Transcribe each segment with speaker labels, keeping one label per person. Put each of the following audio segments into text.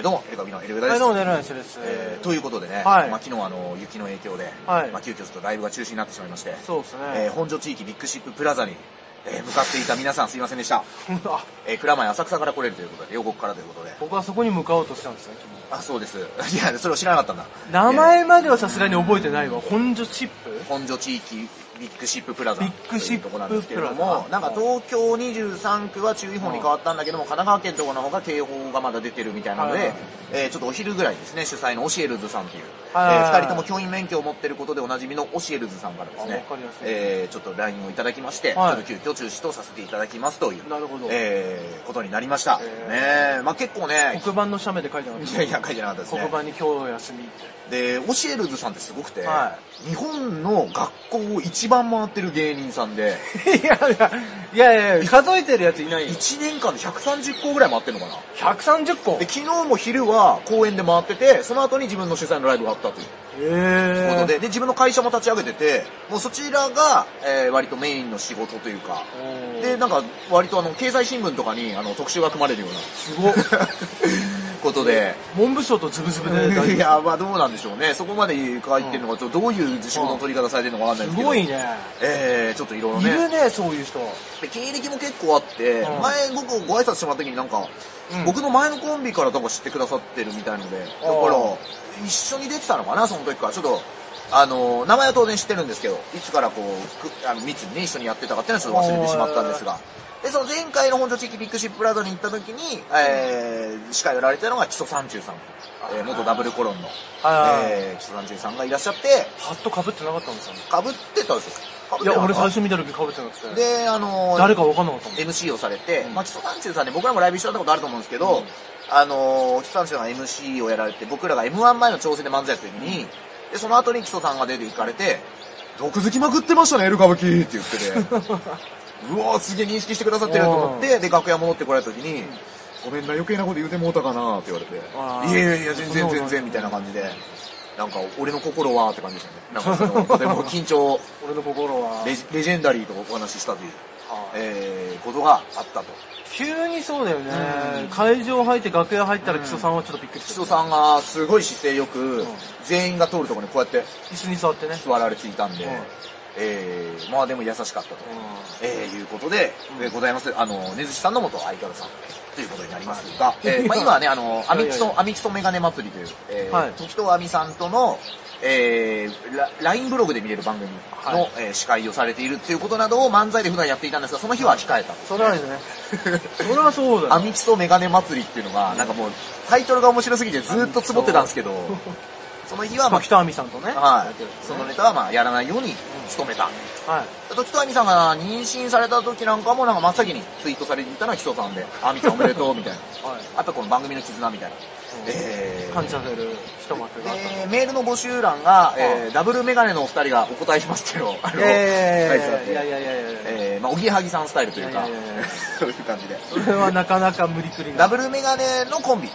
Speaker 1: どうも、エルカビのエルベダで
Speaker 2: は
Speaker 1: す。
Speaker 2: い、どうも、ねるなしです。
Speaker 1: えーということでね、
Speaker 2: はい
Speaker 1: まあ、昨日あの雪の影響で、
Speaker 2: はい
Speaker 1: まあ、急遽ちょっとライブが中止になってしまいまして、
Speaker 2: そうですね。
Speaker 1: えー本所地域ビッグシッププラザに、えー向かっていた皆さんすいませんでした。
Speaker 2: あ
Speaker 1: えー蔵前浅草から来れるということで、両国からということで。
Speaker 2: 僕はそこに向かおうとしたんですよ、
Speaker 1: あ、そうです。 いや、それを知らなかったんだ。
Speaker 2: 君名
Speaker 1: え
Speaker 2: 前まではさすがに覚えてないわ。本所チップ
Speaker 1: ー本所地域ビッグシッププラザと
Speaker 2: ビッグシ
Speaker 1: い
Speaker 2: ッ
Speaker 1: う
Speaker 2: プ
Speaker 1: とこなんですけれど
Speaker 2: プラ
Speaker 1: も、
Speaker 2: ザ
Speaker 1: なんか東京23区は注意報に変わったんだけども、神奈川県とかの方が警報がまだ出てるみたいなの
Speaker 2: はい
Speaker 1: で
Speaker 2: はい、
Speaker 1: えーちょっとお昼ぐらいですね、主催のオシエルズさんっていう、え
Speaker 2: はいはいはい
Speaker 1: ー二人とも教員免許を持ってることでおなじみのオシエルズさんからです
Speaker 2: あ
Speaker 1: ね
Speaker 2: わかりやすい、
Speaker 1: えーちょっと LINE をいただきまして、ちょ
Speaker 2: はい
Speaker 1: っと急遽中止とさせていただきますという、
Speaker 2: なるほど
Speaker 1: えーことになりました。ね
Speaker 2: え
Speaker 1: えまあ結構ね、
Speaker 2: 黒板の写メで書いてなかっ
Speaker 1: いやいや、書いてなかったです
Speaker 2: た。
Speaker 1: ね。
Speaker 2: 黒板に今日休みって。
Speaker 1: で、オシエルズさんってすごくて、
Speaker 2: は
Speaker 1: 日本の学校を一番回ってる芸人さんで、
Speaker 2: いやいや、いやいや、数 えてるやついないよ。
Speaker 1: 1年間で130校ぐらい回ってるのかな。
Speaker 2: 130個
Speaker 1: で、昨日も昼は公演で回ってて、その後に自分の主催のライブがあったという
Speaker 2: え
Speaker 1: こと
Speaker 2: ー。
Speaker 1: で、で、自分の会社も立ち上げてて、もうそちらが、えー割とメインの仕事というか、
Speaker 2: おー
Speaker 1: で、なんか、割とあの、経済新聞とかに、あの、特集が組まれるような、
Speaker 2: す ごっ。
Speaker 1: ことで、
Speaker 2: 文部省とズブズブで大
Speaker 1: い
Speaker 2: 丈
Speaker 1: や、まあどうなんでしょうね。そこまで書いてるのか、ちょっとどういう仕事の取り方されてるのかわかんないです
Speaker 2: 夫。
Speaker 1: すけど。
Speaker 2: ごいね。
Speaker 1: えー、ちょっといろいろ
Speaker 2: い
Speaker 1: ね。
Speaker 2: るね、そういう人。
Speaker 1: で経歴も結構あって、
Speaker 2: うん
Speaker 1: 前僕ご挨拶してもらった時になんか、
Speaker 2: うん
Speaker 1: 僕の前のコンビから多分知ってくださってるみたいので、だから、一緒に出てたのかな、その時から。ちょっと、あの、名前は当然知ってるんですけど、いつからこう、くあの密にね、一緒にやってたかっていうのはちょっと忘れてしまったんですが。で、その前回の本庄地域ビッグシッププラザに行った時に、えー、司会をやられてたのが基礎三中さん。えー元ダブルコロンの、
Speaker 2: はいはいはい
Speaker 1: えー、基礎三中さんがいらっしゃって、
Speaker 2: ハット被ってなかったんですよね。
Speaker 1: 被ってたでしょ被ってなか
Speaker 2: いや、
Speaker 1: った
Speaker 2: 俺最初見た時被ってなくて。
Speaker 1: で、あのー
Speaker 2: 誰か分かんなかったもん。
Speaker 1: MC をされて、
Speaker 2: うん
Speaker 1: まあ、基礎団中さんね、僕らもライブ一緒だったことあると思うんですけど、
Speaker 2: うん
Speaker 1: あのー、基礎団中さんが MC をやられて、僕らが M1 前の調整で漫才やってる時に、で、その後に基礎さんが出て行かれて、毒づきまくってましたね、エル歌舞伎って言って て、うわーすげえ認識してくださってると思って、で、楽屋戻ってこられた時に、ごめんな、余計なこと言うてもうたかなって言われ
Speaker 2: あ
Speaker 1: て、
Speaker 2: ー
Speaker 1: いやいやいや、全
Speaker 2: そんな
Speaker 1: 然
Speaker 2: ことない
Speaker 1: 全然みたいな感じで、なんか、俺の心はって感じでしたね。なんかその、と ても緊張、
Speaker 2: 俺の心は。
Speaker 1: レジレジェンダリーとお話ししたという。
Speaker 2: はい
Speaker 1: えー、ことがあったと。
Speaker 2: 急にそうだよね、
Speaker 1: うん
Speaker 2: 会場入って楽屋入ったら
Speaker 1: うん
Speaker 2: 木曽さんはちょっとびっくり
Speaker 1: 木
Speaker 2: し
Speaker 1: 曽
Speaker 2: た、
Speaker 1: さんがすごい姿勢よく、
Speaker 2: ん
Speaker 1: 全員が通るところにこうやって
Speaker 2: 椅子に座ってね、
Speaker 1: 座られていたんで、
Speaker 2: うん
Speaker 1: えー、まあでも優しかったと、
Speaker 2: う
Speaker 1: えー、いうことで、
Speaker 2: うん
Speaker 1: えーございます。あの、根寿司さんの元相方さん。ということになりますが、
Speaker 2: い
Speaker 1: えーまあ、今はね、あの、ア
Speaker 2: いや
Speaker 1: ミキ
Speaker 2: いやい
Speaker 1: ソ
Speaker 2: や、
Speaker 1: アミキソメガネ祭りという、えー
Speaker 2: はい
Speaker 1: 時とアミさんとの、えー、ラ LINE ブログで見れる番組の、
Speaker 2: はい
Speaker 1: えー司会をされているっていうことなどを漫才で普段やっていたんですが、その日は控えたと。
Speaker 2: それはね それはそうだ
Speaker 1: ア
Speaker 2: よ
Speaker 1: ミキソメガネ祭りっていうのが、なんかもう、タイトルが面白すぎてずーっとつぼってたんですけど、その日は、まあ、
Speaker 2: 北亜美さんとね
Speaker 1: は
Speaker 2: やってるん
Speaker 1: い、
Speaker 2: です
Speaker 1: そ
Speaker 2: ね
Speaker 1: のネタはまあ、やらないように努めた。
Speaker 2: はい
Speaker 1: 時とあみさんが妊娠された時なんかも、なんか真っ先にツイートされていたのは基礎さんで、あみちゃんおめでとう、みたいな。
Speaker 2: はい
Speaker 1: あとこの番組の絆みたいな。えー
Speaker 2: 感謝する一幕があった
Speaker 1: でメールの募集欄が、
Speaker 2: は
Speaker 1: えーダブルメガネのお二人がお答えしますっていうのを、あの、書いてあっ
Speaker 2: えー、いや
Speaker 1: て、
Speaker 2: いやいやいやいや、
Speaker 1: えーまあ、おぎやはぎさんスタイルというか
Speaker 2: いやいやいや、
Speaker 1: そういう感じで。
Speaker 2: それはなかなか無理くりな
Speaker 1: ダブルメガネのコンビ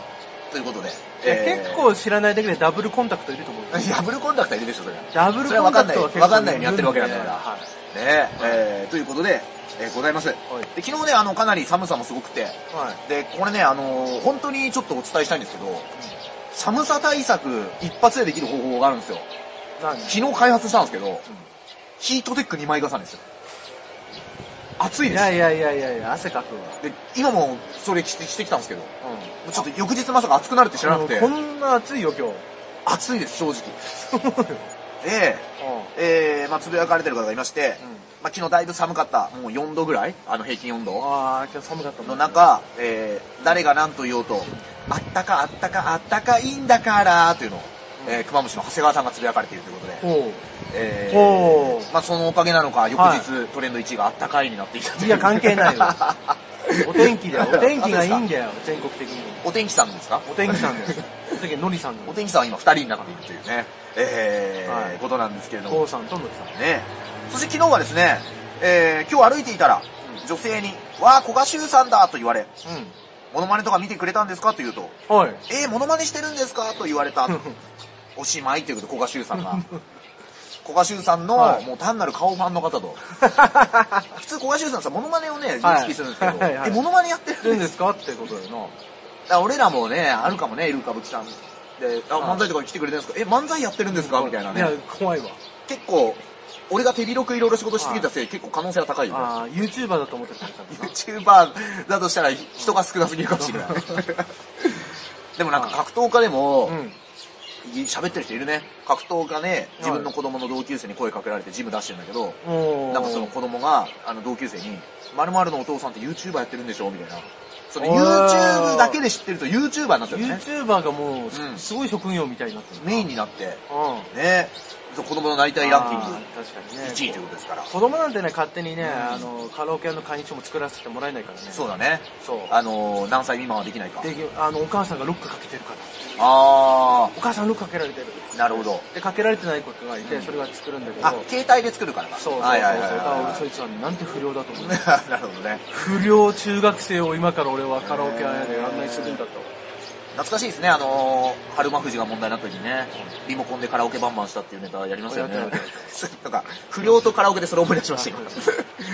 Speaker 1: ということで。
Speaker 2: いや
Speaker 1: えー
Speaker 2: 結構知らないだけでダブルコンタクトいると思うよ
Speaker 1: ダブルコンタクトはいるでしょ、それ。
Speaker 2: ダブル
Speaker 1: それは
Speaker 2: コ
Speaker 1: 分
Speaker 2: ン
Speaker 1: か
Speaker 2: タ
Speaker 1: ん
Speaker 2: ク
Speaker 1: ない、
Speaker 2: トは結構
Speaker 1: 分かんないようにやってるわけなんだから。
Speaker 2: はい
Speaker 1: ねええーということで、えーございます。で昨日ね、あの、かなり寒さもすごくて、
Speaker 2: はい
Speaker 1: で、これね、あのー本当にちょっとお伝えしたいんですけど、寒さ対策一発でできる方法があるんですよ。
Speaker 2: 何
Speaker 1: 昨日開発したんですけど、ヒートテック2枚重ねですよ。暑い
Speaker 2: い
Speaker 1: で
Speaker 2: や
Speaker 1: す。
Speaker 2: いやいやいやいや汗かくわ
Speaker 1: で、今もそれしてしてきたんですけど、も
Speaker 2: う
Speaker 1: うちょっと翌日まさか暑くなるって知らなくて、
Speaker 2: こんな暑いよ今日
Speaker 1: 暑いです、正直。
Speaker 2: そうよ、
Speaker 1: で、えー、まあ、つぶやかれてる方がいまして、ま
Speaker 2: うん
Speaker 1: あ、昨日だいぶ寒かった、もう4度ぐらい、あの平均温度
Speaker 2: ああ今日寒かったも
Speaker 1: の
Speaker 2: ん
Speaker 1: 中、えー、誰が何と言おうと、あったかあったかあったかいんだからというのを、えー、熊虫の長谷川さんがつぶやかれているということで、
Speaker 2: ほ
Speaker 1: え
Speaker 2: ほ
Speaker 1: ー、まあ、そのおかげなのか、翌
Speaker 2: はい
Speaker 1: 日、トレンド1位があったかいになっていたと
Speaker 2: ういや関係ないよお天気だよお天気がいいん
Speaker 1: で。
Speaker 2: だよ全国的に
Speaker 1: お天気さんですか
Speaker 2: お天気さんだよお天気のりさんだ
Speaker 1: お
Speaker 2: よ
Speaker 1: 天気さんは今2人の中にいるというね、えー
Speaker 2: はい
Speaker 1: ことなんですけれども
Speaker 2: こう。さんとのりさん
Speaker 1: ねそして昨日はですね、えー、今日歩いていたら、女性に、わあ、古賀修さんだと言われ、
Speaker 2: う
Speaker 1: モノマネとか見てくれたんですかと言うと、
Speaker 2: んはい
Speaker 1: えー、モノマネしてるんですかと言われた。おしまいということで、古賀修さん が。古賀修さんの、
Speaker 2: はい
Speaker 1: もう単なる顔ファンの方 と。普通古賀修さんさ、モノマネをね、認識するんですけど、
Speaker 2: はいはいはい
Speaker 1: え、モノマネやってる
Speaker 2: いるんですかってことだよ
Speaker 1: から俺らもね、あるかもね、いる歌舞伎さん。で、あ、
Speaker 2: はい
Speaker 1: 漫才とかに来てくれてるんですかえ、漫才やってるんですかみたいない
Speaker 2: や
Speaker 1: ね。、
Speaker 2: 怖いわ。
Speaker 1: 結構、俺が手広くいろいろ仕事しすぎたせい、結構可能性は高いよ。
Speaker 2: ああ、YouTuber だと思ってたからな
Speaker 1: YouTuber だとしたら人が少なすぎるかもしれない。 でもなんか格闘家でも、
Speaker 2: うん。
Speaker 1: 喋ってる人いるね。格闘家ね、自分の子供の同級生に声かけられてジム出してるんだけど、
Speaker 2: おー
Speaker 1: なんかその子供が、あの同級生に、〇〇のお父さんって YouTuber やってるんでしょみたいな。その
Speaker 2: おー
Speaker 1: YouTube だけで知ってると YouTuber になっちゃうね。
Speaker 2: YouTuber がもう、
Speaker 1: うん
Speaker 2: すごい職業みたいになってる。
Speaker 1: メインになって、
Speaker 2: うん。
Speaker 1: ね、そう子供のなりたいランキング
Speaker 2: あー確かにね。
Speaker 1: 1位ということですから。
Speaker 2: 子供なんてね、勝手にね、
Speaker 1: ん
Speaker 2: あの、カラオケ屋の会員証も作らせてもらえないからね。
Speaker 1: そう
Speaker 2: う。
Speaker 1: だね。
Speaker 2: そう。
Speaker 1: あのー、何歳未満はできないか。
Speaker 2: で、あの、お母さんがロックかけてるから。
Speaker 1: あ
Speaker 2: お母さんロックかけられてる。
Speaker 1: ー、なるほど。
Speaker 2: で、かけられてない子がいて、それが作るんだけど。
Speaker 1: あ、携帯で作るからか。
Speaker 2: そうそうそうそう。
Speaker 1: はいはいはい
Speaker 2: だから俺そ
Speaker 1: はい
Speaker 2: つはなんて不良だと思う。
Speaker 1: い。 なるほどね。
Speaker 2: 不良中学生を今から俺はカラオケ屋で案内するんだと。
Speaker 1: 懐かしいですね、あのー、春馬富士が問題になった時にね、リモコンでカラオケバンバンしたっていうネタやりましたよね
Speaker 2: やったやっ。
Speaker 1: なんか、不良とカラオケでそれ思い出しましたよ。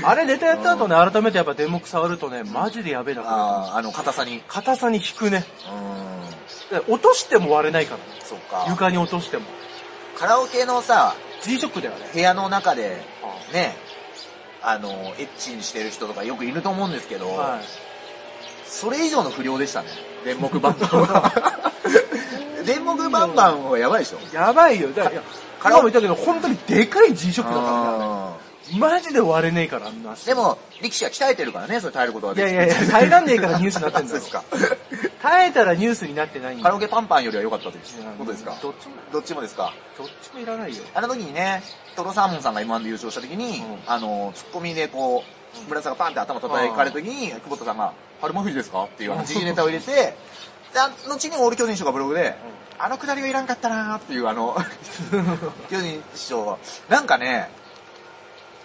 Speaker 2: あれネタやった後ね、改めてやっぱ電目触るとね、マジでやべえな、これ
Speaker 1: あーあの、硬さに。う
Speaker 2: 硬さに引くね。
Speaker 1: ーん、
Speaker 2: で落としても割れないからね。
Speaker 1: そっか。
Speaker 2: 床に落としても。
Speaker 1: カラオケのさ、
Speaker 2: G ショックだよね。
Speaker 1: 部屋の中で
Speaker 2: あ、
Speaker 1: ね、あのー、エッチにしてる人とかよくいると思うんですけど、
Speaker 2: はい。
Speaker 1: それ以上の不良でしたね。電木バンバンは。 電木バンバンはや ばいでしょ。
Speaker 2: やばいよ。だからいや、
Speaker 1: カラ
Speaker 2: 今
Speaker 1: オ
Speaker 2: も言ったけど、本当にでかい G ショックだからね。
Speaker 1: うん
Speaker 2: マジで割れねえから、あんな足。
Speaker 1: でも、力士は鍛えてるからね、それ耐えることはいでき
Speaker 2: や
Speaker 1: る
Speaker 2: いやいや、耐えらんねえからニュースになってんだ
Speaker 1: そう
Speaker 2: よ
Speaker 1: です。か。
Speaker 2: 耐えたらニュースになってないんだよ
Speaker 1: カラオケパンパンよりは良かったということですか。
Speaker 2: どっちも、
Speaker 1: どっちもですか。
Speaker 2: どっちもいらないよ。
Speaker 1: あの時にね、トロサーモンさんが M1 で優勝した時に、
Speaker 2: うん
Speaker 1: あの、ツッコミでこう、村田さんがパンって頭叩かれた時に、久保田さんが、春馬富士ですかっていうあの時事ネタを入れて、であの後にオール巨人師匠がブログで、あのくだりはいらんかったなーっていうあ の、巨人師匠が、なんかね、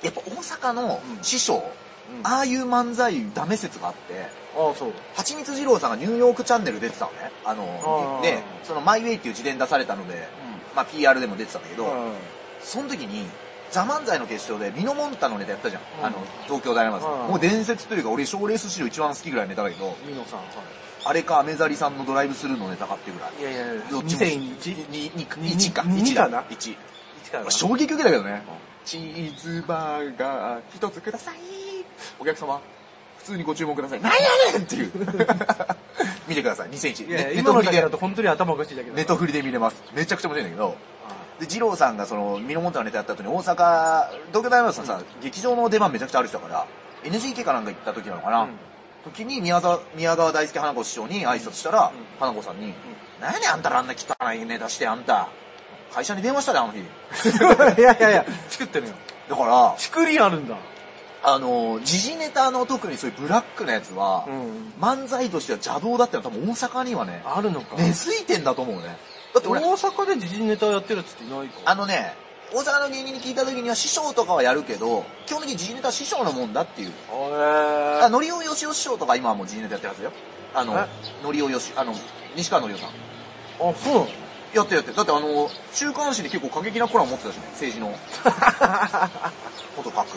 Speaker 1: やっぱ大阪の師匠、
Speaker 2: うん
Speaker 1: ああいう漫才ダメ説があって、
Speaker 2: ああ、そう。
Speaker 1: 蜂蜜二郎さんがニューヨークチャンネル出てたのね。あの
Speaker 2: あー
Speaker 1: で、そのマイウェイっていう自伝出されたので、まあ PR でも出てたんだけど、
Speaker 2: うん。
Speaker 1: その時に、ザ漫才の決勝でミノモンタのネタやったじゃん。
Speaker 2: うん
Speaker 1: あの、東京ダイナマイトさん
Speaker 2: うん
Speaker 1: もう伝説というか、俺、賞レース史上一番好きぐらいのネタだけど、
Speaker 2: ミノさん、は
Speaker 1: あれか、アメザリさんのドライブスルーのネタかっていうぐらい。
Speaker 2: い。いやいや、
Speaker 1: どっちも
Speaker 2: 2001?
Speaker 1: にに
Speaker 2: に
Speaker 1: 1か。
Speaker 2: に
Speaker 1: 1だ
Speaker 2: かな
Speaker 1: 1。
Speaker 2: いつから
Speaker 1: 衝撃受けたけどね。チーズバーガー一つください。お客様、普通にご注文ください。なんやねんっていう。 見てください、2001。
Speaker 2: いや、
Speaker 1: ね
Speaker 2: 今
Speaker 1: ネトフ
Speaker 2: の
Speaker 1: リ
Speaker 2: だ
Speaker 1: で
Speaker 2: けだと本当に頭おかしいだけど。
Speaker 1: ネトフリで見れます。めちゃくちゃ面白いんだけど。
Speaker 2: あ
Speaker 1: で、二郎さんがその、ミノモンタのネタやった後に大阪、東京大学さんさ、劇場の出番めちゃくちゃある人だから、NGK かなんか行った時なのかな、
Speaker 2: うん
Speaker 1: 時に宮沢宮川大輔花子師匠に挨拶したら、花子さんに、なんやねんあんたらあんな汚いネタしてあんた。会社に電話したで、あの 日。
Speaker 2: あいやいやいや、作ってるよ。
Speaker 1: だから、
Speaker 2: 作りあるんだ。
Speaker 1: あの、時事ネタの特にそういうブラックなやつは、
Speaker 2: うん
Speaker 1: 漫才としては邪道だったの多分大阪にはね、
Speaker 2: あるのか。
Speaker 1: 根付いてんだと思うね。だって
Speaker 2: 大
Speaker 1: 俺、
Speaker 2: 阪で時事ネタやってるやつっていないか。
Speaker 1: あのね、大阪の芸人に聞いた時には師匠とかはやるけど、基本的に時事ネタは師匠のもんだっていう。
Speaker 2: あ
Speaker 1: あ、のりおよしお師匠とか今はもう時事ネタやってるはずよ。あの
Speaker 2: え、
Speaker 1: のりおよし、あの、西川のりおさん。
Speaker 2: あ、そうなの
Speaker 1: やってるやってる。だってあの、週刊誌に結構過激なコラム持ってたしね、政治 の。こと書く。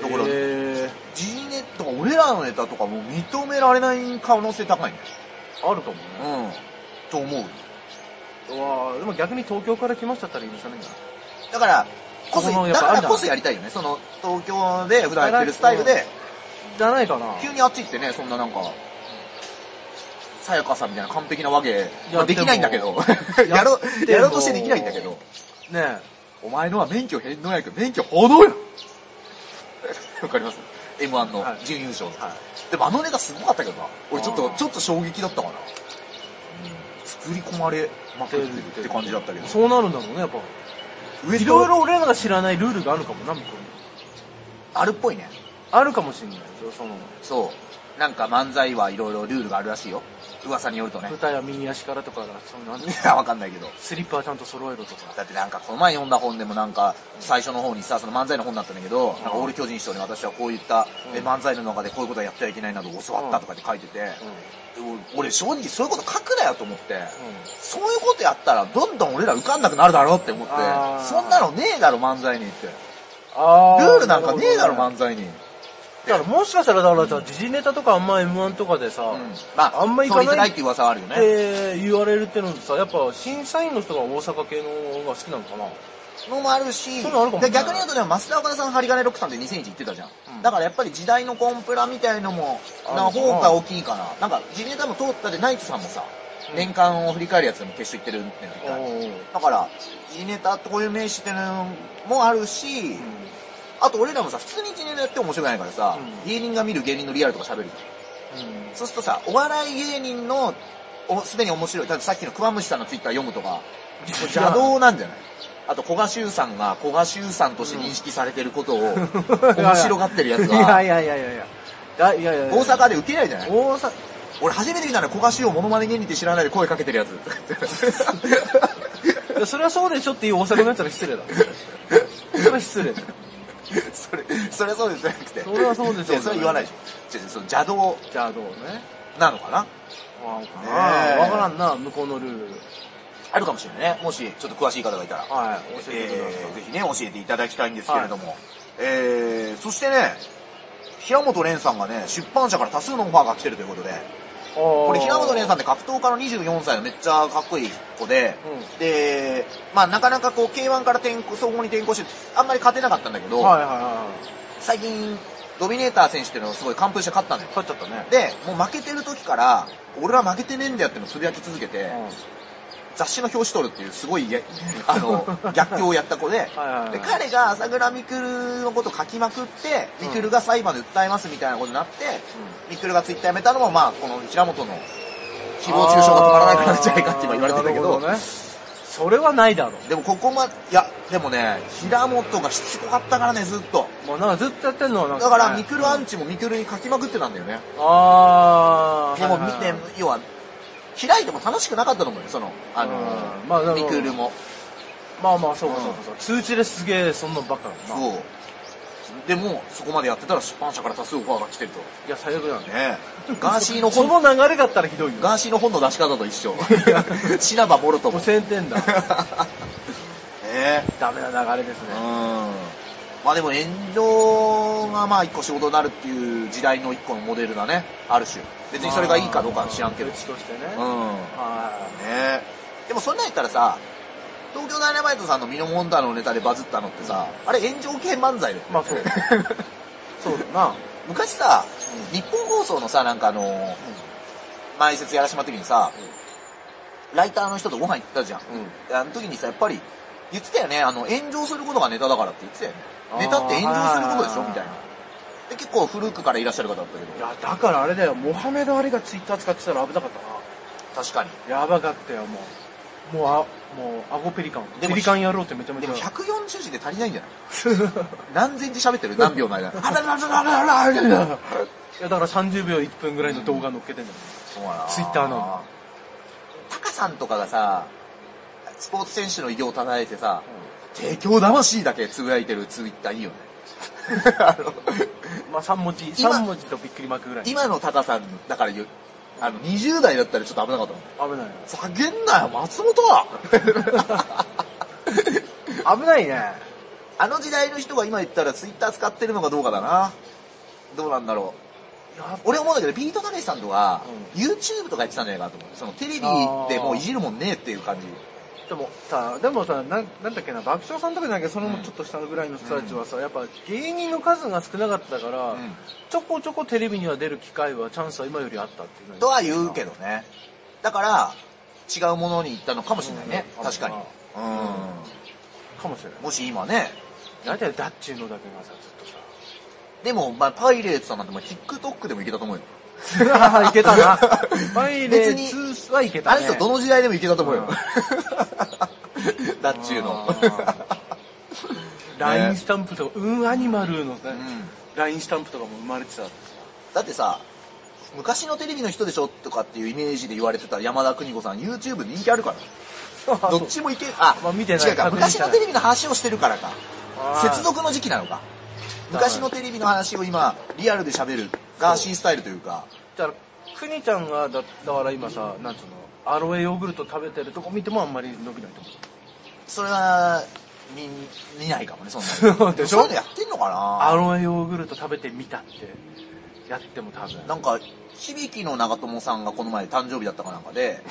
Speaker 1: だから、
Speaker 2: え
Speaker 1: 時事ネタとか俺らのネタとかもう認められない可能性高いね。
Speaker 2: ー、あるかもね。
Speaker 1: うん。と思う。
Speaker 2: うわーでも逆に東京から来ましたったら許さないんだ
Speaker 1: だから、こそ、
Speaker 2: そのや
Speaker 1: だ
Speaker 2: っぱ
Speaker 1: か
Speaker 2: ある
Speaker 1: ら
Speaker 2: んだ
Speaker 1: こそやりたいよね。その、東京で普段やってるスタイルで、
Speaker 2: じゃないかな
Speaker 1: 急にあっち行ってね、そんななんか、さやかさんみたいな完璧なわけ、まあ
Speaker 2: で
Speaker 1: で
Speaker 2: も
Speaker 1: きないんだけど、
Speaker 2: も
Speaker 1: やろ、やろうとしてできないんだけど、
Speaker 2: ね
Speaker 1: お前のは免許返納やけど、免許報道やわかります ?M1 の
Speaker 2: はい
Speaker 1: 準優勝の、
Speaker 2: は
Speaker 1: でもあのネタすごかったけどな。俺ちょっと
Speaker 2: あ、ー
Speaker 1: ちょっと衝撃だったかな。うん作り込まれまくってるって感じだったけど。
Speaker 2: そうなるんだろうねやっぱ
Speaker 1: ウエ
Speaker 2: い
Speaker 1: ス
Speaker 2: ろい
Speaker 1: ト
Speaker 2: ろ俺らが知らないルールがあるかもな向こうに
Speaker 1: あるっぽいね。
Speaker 2: あるかもしんないよその
Speaker 1: そう。なんか漫才はいろいろルールがあるらしいよ。噂によるとね
Speaker 2: 舞。台は右足からとかそのなん
Speaker 1: いや、わかんないけど。
Speaker 2: スリッパはちゃんと揃えろとか
Speaker 1: だってなんかこの前読んだ本でもなんか最初の方にさその漫才の本だったんだけど、なんか
Speaker 2: うん
Speaker 1: オール巨人師匠に私はこういった、
Speaker 2: うん
Speaker 1: え漫才の中でこういうことはやってはいけないなど教わったとかって書いてて、で俺正直そういうこと書くなよと思って、そういうことやったらどんどん俺ら受かんなくなるだろうって思って
Speaker 2: あー
Speaker 1: そんなのねえだろ漫才にってル
Speaker 2: あ
Speaker 1: ールなんかねえだろ
Speaker 2: なるほどね
Speaker 1: 漫才にって。
Speaker 2: だからもしかしたらだからさ、時事ネタとかあんま M1 とかでさ、
Speaker 1: うんまあ、
Speaker 2: あんま行か
Speaker 1: 取りづ
Speaker 2: な
Speaker 1: ら
Speaker 2: い
Speaker 1: いっ
Speaker 2: って
Speaker 1: 噂はあるよね。
Speaker 2: て言われるってのさ、やっぱ審査員の人が大阪系の方が好きなのかな。
Speaker 1: のもあるし、
Speaker 2: そういうのあるかもね
Speaker 1: で逆に言うと、でも、増田岡田さん、針金ロックさんで2001行ってたじゃん,、
Speaker 2: うん
Speaker 1: だからやっぱり時代のコンプラみたいのも、
Speaker 2: あ
Speaker 1: な方が大きいかな。なんか、ジネタも通ったで、ナイツさんもさ、
Speaker 2: うん
Speaker 1: 年間を振り返るやつでも決勝行ってるんだよね。だから、ジネタってこういう名詞ってのもあるし、
Speaker 2: う
Speaker 1: あと俺らもさ、普通にジネタやっても面白くないからさ、
Speaker 2: うん
Speaker 1: 芸人が見る芸人のリアルとか喋るじゃん。
Speaker 2: ん。
Speaker 1: そうするとさ、お笑い芸人の、おすでに面白い、だってさっきの熊虫さんのツイッター読むとか、邪道なんじゃないあと、古賀修さんが古賀修さんとして認識されてること を、面白がってるやつ
Speaker 2: いやい
Speaker 1: が、
Speaker 2: やいやいやいや。だいやいやいや
Speaker 1: 大阪で受けないじゃない
Speaker 2: 大阪。
Speaker 1: 俺初めて見たのよ古賀修をモノマネ芸人って知らないで声かけてるやつ。
Speaker 2: いやそれはそうでしょっていう大阪のやつら失礼だ。それは失礼だ。
Speaker 1: それ、それはそうですじゃなくて。
Speaker 2: それはそうでしょ
Speaker 1: いやそれは言わないでしょ。違う違うその邪道
Speaker 2: じゃあどうね。
Speaker 1: なのかな
Speaker 2: わかん
Speaker 1: ね
Speaker 2: な
Speaker 1: え
Speaker 2: いわからんな、向こうのルール。
Speaker 1: あるかもしれないね。もし、ちょっと詳しい方がいたら。
Speaker 2: はい。教えてください。
Speaker 1: えーぜひね、教えていただきたいんですけれども。えー、そしてね、平本蓮さんがね、出版社から多数のオファーが来てるということで、こ
Speaker 2: こ
Speaker 1: れ平本蓮さん
Speaker 2: ん。
Speaker 1: って格闘家の24歳のめっちゃかっこいい子で、
Speaker 2: うん
Speaker 1: で、まあなかなかこう K1 から転校、総合に転校して、あんまり勝てなかったんだけど、
Speaker 2: はいはいは
Speaker 1: 最近、ドミネーター選手っていうのをすごい完封して勝ったんだよ
Speaker 2: い。。勝っちゃったね。
Speaker 1: で、もう負けてる時から、俺は負けてねえんだよっていうのをつぶやき続けて、
Speaker 2: うん
Speaker 1: 雑誌の表紙取るっていうすごい やあの逆境をやった子で
Speaker 2: はいはいはい
Speaker 1: で彼が朝倉未来のこと書きまくって
Speaker 2: うん
Speaker 1: 未来が裁判で訴えますみたいなことになって
Speaker 2: ん
Speaker 1: 未来、がツイッターやめたのもまあこの平本の誹謗中傷が止まらなくなっちゃいかって今言われてんだけ
Speaker 2: あ
Speaker 1: ど
Speaker 2: ーなるほね。それはないだろ
Speaker 1: でもここまでいやでもね平本がしつこかったからねずっと
Speaker 2: う。もうなんかずっとやってんのはなんか
Speaker 1: だ
Speaker 2: ね。
Speaker 1: から未来アンチも未来に書きまくってたんだよね
Speaker 2: あー。
Speaker 1: でも
Speaker 2: は
Speaker 1: 見
Speaker 2: いはい
Speaker 1: て
Speaker 2: はい
Speaker 1: 要は開いても楽しくなかったと思うよそのあ
Speaker 2: う
Speaker 1: の
Speaker 2: んまあでも
Speaker 1: 未来も
Speaker 2: まあまあ、そうかそうかそうか。通知ですげえ、そんなんばっかだな。い
Speaker 1: そう。でも、そこまでやってたら出版社から多数オファーが来てると。
Speaker 2: や、最悪だね。
Speaker 1: ねガーシーの
Speaker 2: そ
Speaker 1: 本、
Speaker 2: の流れだったらひどいよ。
Speaker 1: ガーシーの本の出し方と一緒。 シナバボルトも
Speaker 2: もう。1000 点だ。
Speaker 1: ね
Speaker 2: ダメな流れです
Speaker 1: うん
Speaker 2: ね。。
Speaker 1: まあでも炎上がまあ一個仕事になるっていう時代の一個のモデルだね。ある種。別にそれがいいかどうかは知らんけど
Speaker 2: う。ちとしてね。
Speaker 1: う
Speaker 2: は
Speaker 1: ん。
Speaker 2: い。
Speaker 1: ねでもそんなん言ったらさ、東京ダイナマイトさんのミノモンタのネタでバズったのってさ、あれ炎上系漫才だよね
Speaker 2: まあそう。 そうだな。
Speaker 1: 昔さ、日本放送のさ、なんかあのー、前説やらしてもらった時にさ、ライターの人とご飯行ったじゃん。
Speaker 2: う
Speaker 1: あの時にさ、やっぱり、言ってたよね、あの、炎上することがネタだからって言ってたよね。ネタって炎上することでしょ
Speaker 2: あー
Speaker 1: みたいな。で、結構古くからいらっしゃる方だったけど
Speaker 2: ん。い、や、だからあれだよ。モハメド・アリがツイッター使ってたら危なかった
Speaker 1: 確かに。
Speaker 2: な。やばかったよ、もう。もう、あ、もう、顎ペリカン。
Speaker 1: で
Speaker 2: ペ
Speaker 1: も
Speaker 2: リカンやろうってめちゃめ
Speaker 1: で
Speaker 2: ち
Speaker 1: も
Speaker 2: ゃ。
Speaker 1: 140字で足りないんじゃない何千字喋ってる何秒の間。あららららららららら
Speaker 2: いや、だから30秒1分ぐらいの動画乗っけてんだよ。ツイッターなの。
Speaker 1: タカさんとかがさ、スポーツ選手の偉業をたたえてさ、提供魂だけつぶやいてるツイッターいいよね。あの
Speaker 2: まあ3文字、
Speaker 1: 今
Speaker 2: 三文字とびっくりマークぐらい。危
Speaker 1: 今のタカさんだから言う、あの、20代だったらちょっと危なかったもん。
Speaker 2: ない。
Speaker 1: 下げんなよ、松本
Speaker 2: 危ないね。
Speaker 1: あの時代の人が今言ったらツイッター使ってるのかどうかだな。どうなんだろう。
Speaker 2: や
Speaker 1: 俺思うんだけど、ビートたけしさんとか、YouTube とかやってたんじゃないかなと思う。そのテレビでもういじるもんねえっていう感じ。
Speaker 2: でもさ、でもさ、なんなんだっけな、爆笑さんとかじゃなくて、その
Speaker 1: うん
Speaker 2: ちょっと下のぐらいの人たちはさ、やっぱ芸人の数が少なかったから、
Speaker 1: うん
Speaker 2: ちょこちょこテレビには出る機会は、チャンスは今よりあったっていうのに
Speaker 1: とは言うけどね。だから、違うものに行ったのかもしれないね。
Speaker 2: うん
Speaker 1: 確かに。う
Speaker 2: かもしれない
Speaker 1: ん。。もし今ね、
Speaker 2: 大体ダッチーのだけがさ、ずっとさ。
Speaker 1: でも、まあ、パイレーツさんなんてもう TikTok でもいけたと思うよ。
Speaker 2: いけたな。パイレ
Speaker 1: 別
Speaker 2: ーツはいけた
Speaker 1: あ
Speaker 2: ね。
Speaker 1: れ人どの時代でもいけたと思うよ
Speaker 2: う ん。
Speaker 1: だっちゅうの
Speaker 2: あ。 ラインスタンプとか、うん、アニマルのね、
Speaker 1: ん
Speaker 2: ラインスタンプとかも生まれてた。
Speaker 1: だってさ、昔のテレビの人でしょとかっていうイメージで言われてた山田邦子さん、YouTube 人気あるから。 どっちもいけ、あ、
Speaker 2: まあ見てない
Speaker 1: 違うか、
Speaker 2: 確認
Speaker 1: 昔
Speaker 2: してない
Speaker 1: のテレビの話をしてるからか。
Speaker 2: あー
Speaker 1: 接続の時期なのか。昔のテレビの話を今、リアルで喋る、ガーシースタイルというか。
Speaker 2: だから、くにちゃんがだ、だから今さ、なんつうの、アロエヨーグルト食べてるとこ見てもあんまり伸びないと思う。
Speaker 1: それは、見、見ないかもね、そんなに。
Speaker 2: でし
Speaker 1: そう
Speaker 2: ょ
Speaker 1: いうのやってんのかな
Speaker 2: アロエヨーグルト食べてみたって、やっても多分。
Speaker 1: なんか、響きの長友さんがこの前誕生日だったかなんかで、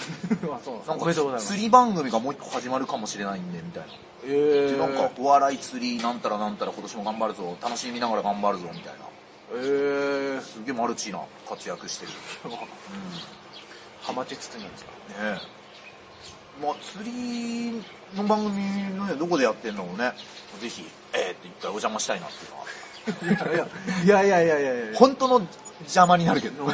Speaker 2: あ そうなんで
Speaker 1: な
Speaker 2: すか
Speaker 1: ん
Speaker 2: おめでとうござ
Speaker 1: か
Speaker 2: います
Speaker 1: 釣。り番組がもう一個始まるかもしれないんで、みたいな。
Speaker 2: えー
Speaker 1: でなんか、お笑い釣り、なんたらなんたら今年も頑張るぞ、楽しみながら頑張るぞ、みたいな。
Speaker 2: えー、
Speaker 1: すげえマルチな活躍してる。
Speaker 2: ハマチつってんじゃないですか。
Speaker 1: ねえ。まあ、釣りの番組のね、どこでやってんのもね、ぜひ、えー、って一回お邪魔したいなっていうのは。
Speaker 2: いやいやいやいやいやいや
Speaker 1: 本当の邪魔になるけど。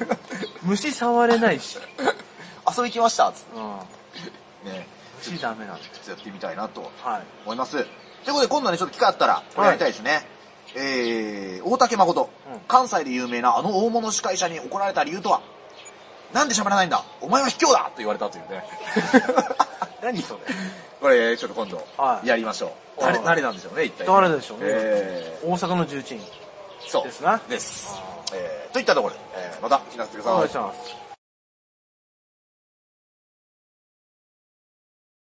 Speaker 2: 虫触れないし。
Speaker 1: 遊び来ましたっつっ
Speaker 2: うん。
Speaker 1: てね、
Speaker 2: 虫ダメなんで。
Speaker 1: ちょっとやってみたいなと
Speaker 2: はい。
Speaker 1: 思います。ということで、今度はね、ちょっと機会あったら、これやりたいですね。えー、大竹誠、
Speaker 2: うん
Speaker 1: 関西で有名なあの大物司会者に怒られた理由とは、なんで喋らないんだお前は卑怯だと言われたという ね。
Speaker 2: 何それ
Speaker 1: これ、ちょっと今度
Speaker 2: は、い
Speaker 1: やりましょう。
Speaker 2: はい
Speaker 1: 誰、誰なんでしょうね、一体。
Speaker 2: 誰でしょうね
Speaker 1: え
Speaker 2: 大阪の重鎮。
Speaker 1: ー、そう。
Speaker 2: ですな
Speaker 1: です
Speaker 2: あ。
Speaker 1: えー、といったところで、えー、また、ひなつけさん。
Speaker 2: お願いします。